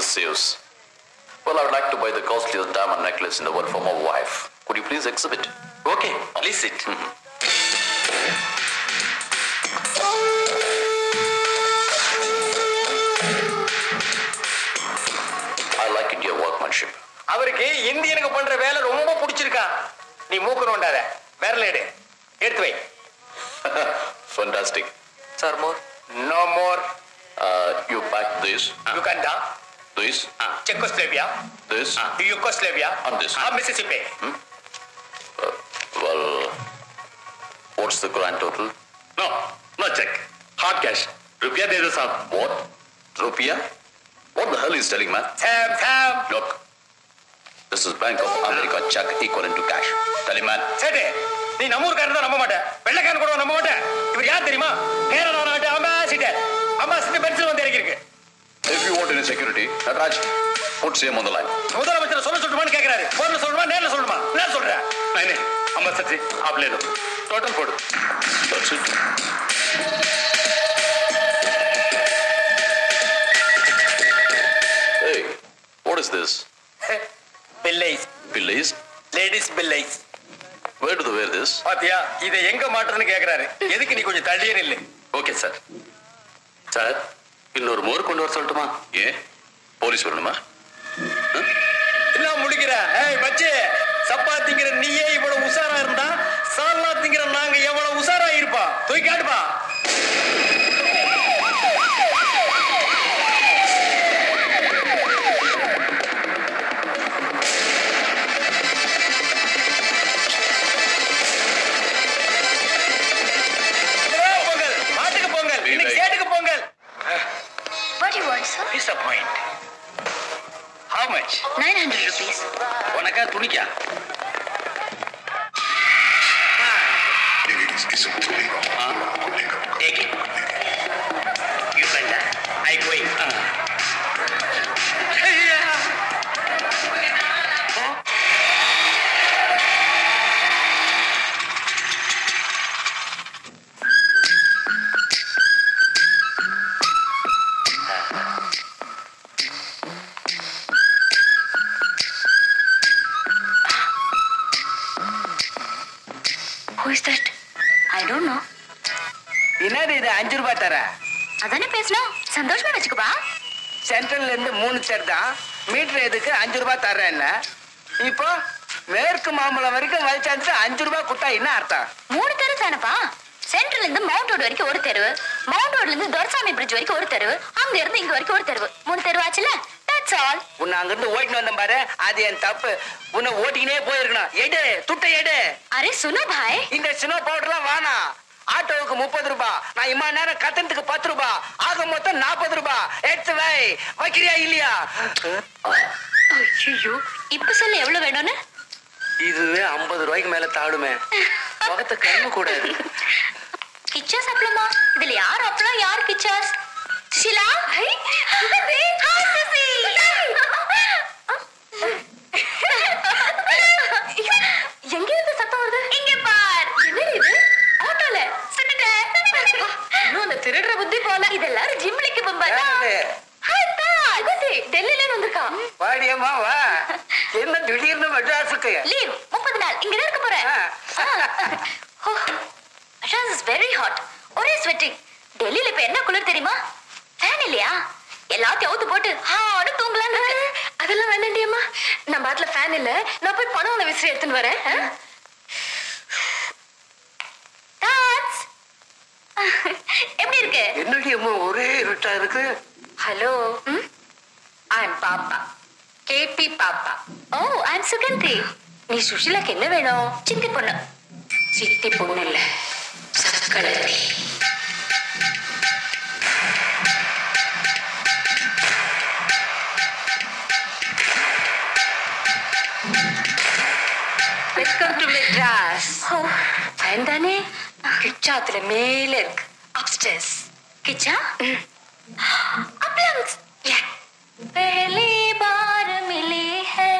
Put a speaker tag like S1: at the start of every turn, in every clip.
S1: seals. Well, I would like to buy the costliest diamond necklace in the world for my wife. Could you please exhibit? Okay, please sit. I like India workmanship.
S2: அவருக்கு இந்தியனுக்கு பண்ற வேலை ரொம்ப பிடிச்சிருக்கான் நீ மூக்கு நோண்டாத விரல் எடு எடுத்து வை
S1: Fantastic.
S2: Sir more no more
S1: Uh, you pack this,
S2: Uganda
S1: this,
S2: Czechoslovakia
S1: this.
S3: Ah.
S2: Ah, Yugoslavia
S1: And this.
S2: Ah, Mississippi
S1: Well, what's the grand total?
S3: No, no check. Hard cash. Rupiah दे दो साहब
S1: What? Rupiah? What the hell is telling man?
S2: Sam Sam
S1: Look, this is Bank of America check equivalent to cash. Tell him man.
S2: சேட்டு நீ நம்ம ஊருக்காரன் தான் நம்ப மாட்டேன் வெள்ளைக்காரன் கூட நம்ப மாட்டேன் இவர் யார் தெரியுமா கேரளா நாட்டு அம்பாசிட்டர் அம்பாசிட்டர் பென்சில் வந்து இறக்கிருக்கு
S1: If you want any security, Nataraj, put CM on the line.
S2: முதலமைச்சர் சொல்ல சொல்லணுமான்னு கேட்கிறாரு போன்ல சொல்லணுமா நேர்ல சொல்லணுமா நான் சொல்றேன்
S3: नहीं नहीं अमृतसर जी आप ले लो टोटल फोड़
S1: That's it. Hey, what is this?
S2: Billies
S1: Billies?
S2: Ladies billies
S1: Where do they wear this?
S2: பாத்தியா இதை எங்க மாட்டுறதுன்னு கேக்குறாரு எதுக்கு நீ கொஞ்சம் தள்ளியே நில்லு
S3: ஓகே சார் சார் இன்னொரு மோர் கொண்டு வர சொல்லட்டுமா
S1: ஏன் போலீஸ் வரணுமா
S2: என்ன முடிக்கிற ஏய் மச்சி சப்பாத்திங்கிற நீயே இவ்வளவு உஷாரா இருந்தா சால்னாத்திங்கிற நாங்க எவ்வளவு உஷாரா இருப்பா தூக்கி காட்டுப்பா பொங்கல் மாட்டுக்கு பொங்கல் இன்னைக்கு சேட்டுக்கு Pongal
S4: What do you want, sir?
S2: Piece of mind how much
S4: 900 rupees.
S2: உனக்கா துணிக்கா
S5: Ladies, it's a totally wrong.
S2: Take it. You like that? I go in.
S4: Who is that? I don't know.
S6: என்னது இது அஞ்சு ரூபாய் தர
S4: அதானே பேசணும் சந்தோஷமா வச்சுக்கோப்பா
S6: சென்ட்ரல்ல இருந்து மூணு சேர் தான் மீட்டர் எதுக்கு அஞ்சு ரூபாய் தரேன் இப்போ மேற்கு மாம்பழம் வரைக்கும் வலிச்சாந்து அஞ்சு ரூபாய் கொடுத்தா என்ன அர்த்தம்
S4: மூணு தெரு தானப்பா சென்ட்ரல்ல இருந்து மவுண்ட் ரோடு வரைக்கும் ஒரு தெருவு மவுண்ட் ரோட்ல இருந்து துரசாமி பிரிட்ஜ் வரைக்கும் ஒரு தெருவு அங்க இருந்து இங்க வரைக்கும் ஒரு தெருவு மூணு தெருவு ஆச்சுல தட்ஸ் ஆல்
S6: உன்னை அங்கிருந்து ஓட்டின்னு வந்தேன் பாரு அது என் தப்பு உன்னை ஓட்டிக்கினே போயிருக்கணும் எடு துட்டை எடு
S4: அரே சுனோ பாய்
S6: இந்த சின்ன பவுடர்லாம் வேணாம் ஆட்டோவுக்கு முப்பது ரூபாய் நான் இம்மா நேரம் கத்தனத்துக்கு பத்து ரூபாய் ஆக மொத்தம் நாற்பது ரூபாய் எடுத்து வை வைக்கிறியா இல்லையா
S4: ஐயோ இப்ப சொல்ல எவ்வளவு வேணும்னு
S6: இதுவே ஐம்பது ரூபாய்க்கு மேல தாடுமே முகத்தை கண்ணு கூடாது
S4: கிச்சஸ் அப்பளமா இதுல யார் அப்பளம் யார் கிச்சஸ் ஷிலா ஹாய் சிசி ஹாய் சிசி எங்க இருந்து சத்தம் வருது இங்க பார் என்ன இது ஆட்டோல சிட்டுட்டேன் இன்னும் அந்த திருடுற புத்தி போல இதெல்லாம் ஜிம்லிக்கு பம்பாடா
S6: யாரது?
S4: ஹாய் தா சிசி டெல்லில இருந்து வந்திருக்கான்
S6: வாடியம்மா வா என்ன திடீர்னு மெட்ராஸுக்கு
S4: லீவ் முப்பது நாள் இங்க இருக்க போறேன்
S6: ஆ.
S4: மெட்ராஸ் இஸ் வெரி ஹாட் ஒரே ஸ்வெட்டிங் டெல்லியில இப்ப என்ன குளிர் தெரியுமா ஃபேன் இல்லையா எல்லாத்தையும் அவுத்து போட்டு ஹானு தூங்கலாம் அதெல்லாம் வேண்டாண்டியம்மா நம்ம பாட்டில ஃபேன் இல்ல நான் போய் பணம் உள்ள விசிறி எடுத்துன்னு வரேன் எப்படி இருக்கு
S6: என்னடி அம்மா ஒரே இருட்டா இருக்கு
S4: ஹலோ
S7: ஐம் பாப்பா கேபி பாப்பா
S4: ஓ ஐ அம் சுகந்தி
S7: நீ சுஷிலாக்கு என்ன வேணும்
S4: சின்ன பொண்ணு
S7: சித்தி பொண்ணு இல்ல சக்கலத்தி welcome to Madras
S4: oh
S7: fine தானே கிச்சாத்துல மேல இருக்கு அப்ஸ்டேஸ்
S4: கிச்சா अप्लम्स पहली बार मिली है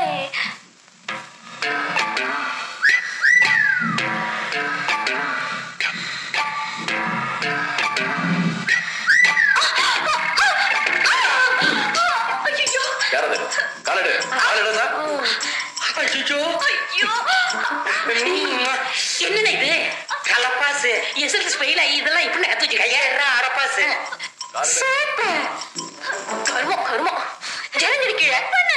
S4: ஐயோ சேப்பு. கருமம் கருமம் ஜெயந்திரி கீழே பண்ண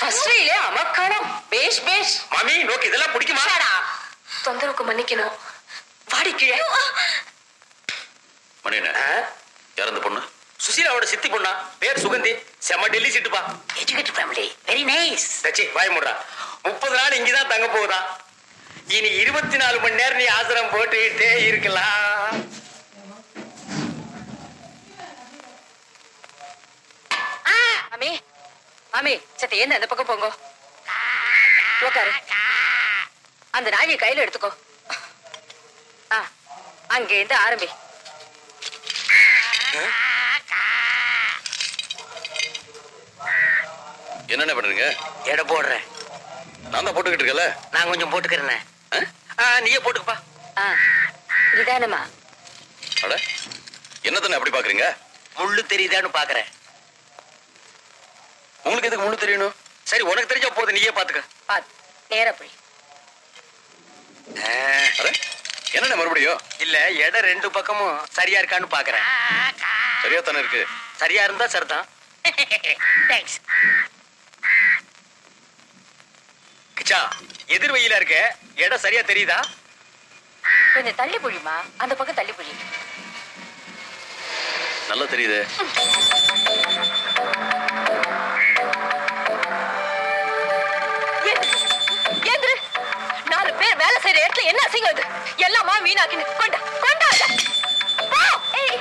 S7: ஃபர்ஸ்ட்ல அமக்கானம் பேஷ் பேஷ்
S2: மாமி நோக்கு இதெல்லாம் பிடிக்குமா
S4: தொந்தரவுக்கு மன்னிக்கணும் வாடி கீழே
S1: மணியண்ணே
S2: ஆ?
S1: யார் அந்த பொண்ணு
S2: சுசீலாவோட சித்தி பொண்ணா பேர் சுகந்தி செம டெல்லி சிட்டுப்பா
S4: எஜுகேட்டட் ஃபேமிலி வெரி நைஸ்
S2: தச்சி வாய் முடுறா முப்பது நாள் இங்கதான் தங்க போகுதா இனி இருபத்தி நாலு மணி நேரம் நீ ஆசிரம் போட்டுக்கிட்டே இருக்கலாம்
S7: மாமி மாமி சத்த ஏந்த அந்த பக்கம் போங்க உட்காரு அந்த நாயை கையில எடுத்துக்கோ ஆ அங்கேருந்து ஆரம்பி
S1: என்னென்ன பண்றீங்க
S2: எடை போடுறேன்
S1: நான் தான் போட்டுக்கிட்டு இருக்கல
S2: நான் கொஞ்சம் போட்டுக்கிறேன் நீயே போட்டுக்கப்பா
S7: ஆ நிதானமா
S1: அட என்னத்தண்ணே அப்படி பாக்குறீங்க
S2: முள்ளு தெரியுதான்னு பாக்குறேன்
S1: உங்களுக்கு எதுக்கு முழு தெரியணும்
S2: சரி உனக்கு தெரிஞ்சா போதும் நீயே பாத்துக்க
S7: பாத்து நேரா போய்
S1: அட என்னண்ணே மறுபடியும்
S2: இல்ல எடை ரெண்டு பக்கமும் சரியா இருக்கான்னு பாக்குறேன்
S1: சரியா தானே இருக்கு
S2: சரியா இருந்தா சரிதான்
S4: தேங்க்ஸ்
S2: கிச்சா எதிர் வெயிலா இருக்க எடை சரியா தெரியுதா
S7: கொஞ்சம் தள்ளி புழியுமா அந்த பக்கம் தள்ளி புழி
S1: நல்லா தெரியுது
S4: ஏந்திரு நாலு பேர் வேலை செய்யற இடத்துல என்ன அசிங்கம் இது எல்லாமா வீணாக்கினு கொண்டா கொண்டா இத. போ. ஏய்.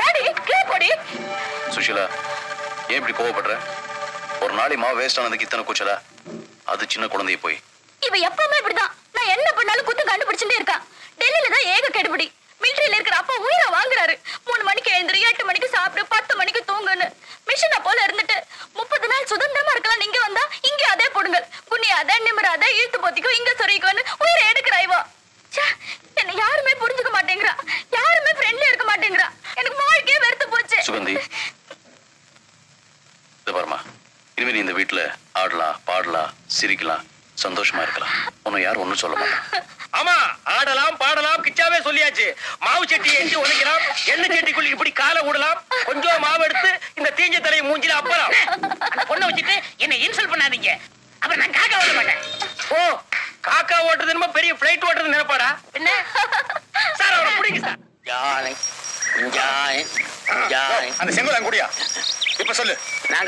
S4: போடி கீழே போடி
S1: சுஷீலா ஏன் இப்படி கோவப்படுற ஒரு நாளை மாவு வேஸ்ட் ஆனதுக்கு இத்தனை கூச்சலா அது சின்ன குழந்தைய போய்
S4: இவ எப்பவுமே இப்படிதான் நான் என்ன பண்ணாலும் குத்து கண்டுபிடிச்சுட்டே இருக்கான் டெல்லியில தான் ஏக கெடுபிடி மிலிட்டரியில இருக்கிற அப்பா உயிரை வாங்குறாரு மூணு மணிக்கு எழுந்துரு எட்டு மணிக்கு சாப்பிடு பத்து மணிக்கு தூங்குன்னு மிஷினை போல இருந்துட்டு முப்பது நாள் சுதந்திரமா இருக்கலாம் இங்க வந்தா இங்க அதே போடுங்கள் குனியாத நிமிராத இழுத்து போத்திக்கோ இங்க சொருகிக்கோன்னு உயிரை எடுக்கிறா இவா ச்சே, என்னை யாருமே புரிஞ்சுக்க மாட்டேங்கிறா யாருமே ஃப்ரெண்ட்லியா இருக்க மாட்டேங்கிறா எனக்கு வாழ்க்கையே வெறுத்து போச்சு
S1: சுகந்தி இதை பாருமா இனிமே நீ இந்த வீட்டுல ஆடலாம் பாடலாம் சிரிக்கலாம் சந்தோஷமா இருக்கலாம் உன்னை யாரும் ஒண்ணும் சொல்ல மாட்டான்
S2: ஆமா ஆடலாம் பாடலாம் கிச்சாவே சொல்லியாச்சு மாவு சட்டி ஏஞ்சி உதைக்கலாம் எண்ணெய் சட்டிக்குள்ள இப்படி காலை விடலாம் கொஞ்சம் மாவு எடுத்து இந்த தீஞ்ச தலையை மூஞ்சில அப்பலாம்
S5: அந்த பொண்ணை வச்சுட்டு என்னை இன்சல்ட் பண்ணாதீங்க அப்புறம் நான் காக்க ஓட மாட்டேன்
S2: ஓ காக்கா ஓட்டுறது என்னமோ பெரிய பிளைட் ஓட்டுறது நினைப்பாடா
S5: என்ன
S2: சார் அவரை பிடிங்க சார்
S6: யானை யானை யானை
S2: அந்த செங்கல் அங்குடியா இப்ப சொல்லு
S6: நாங்க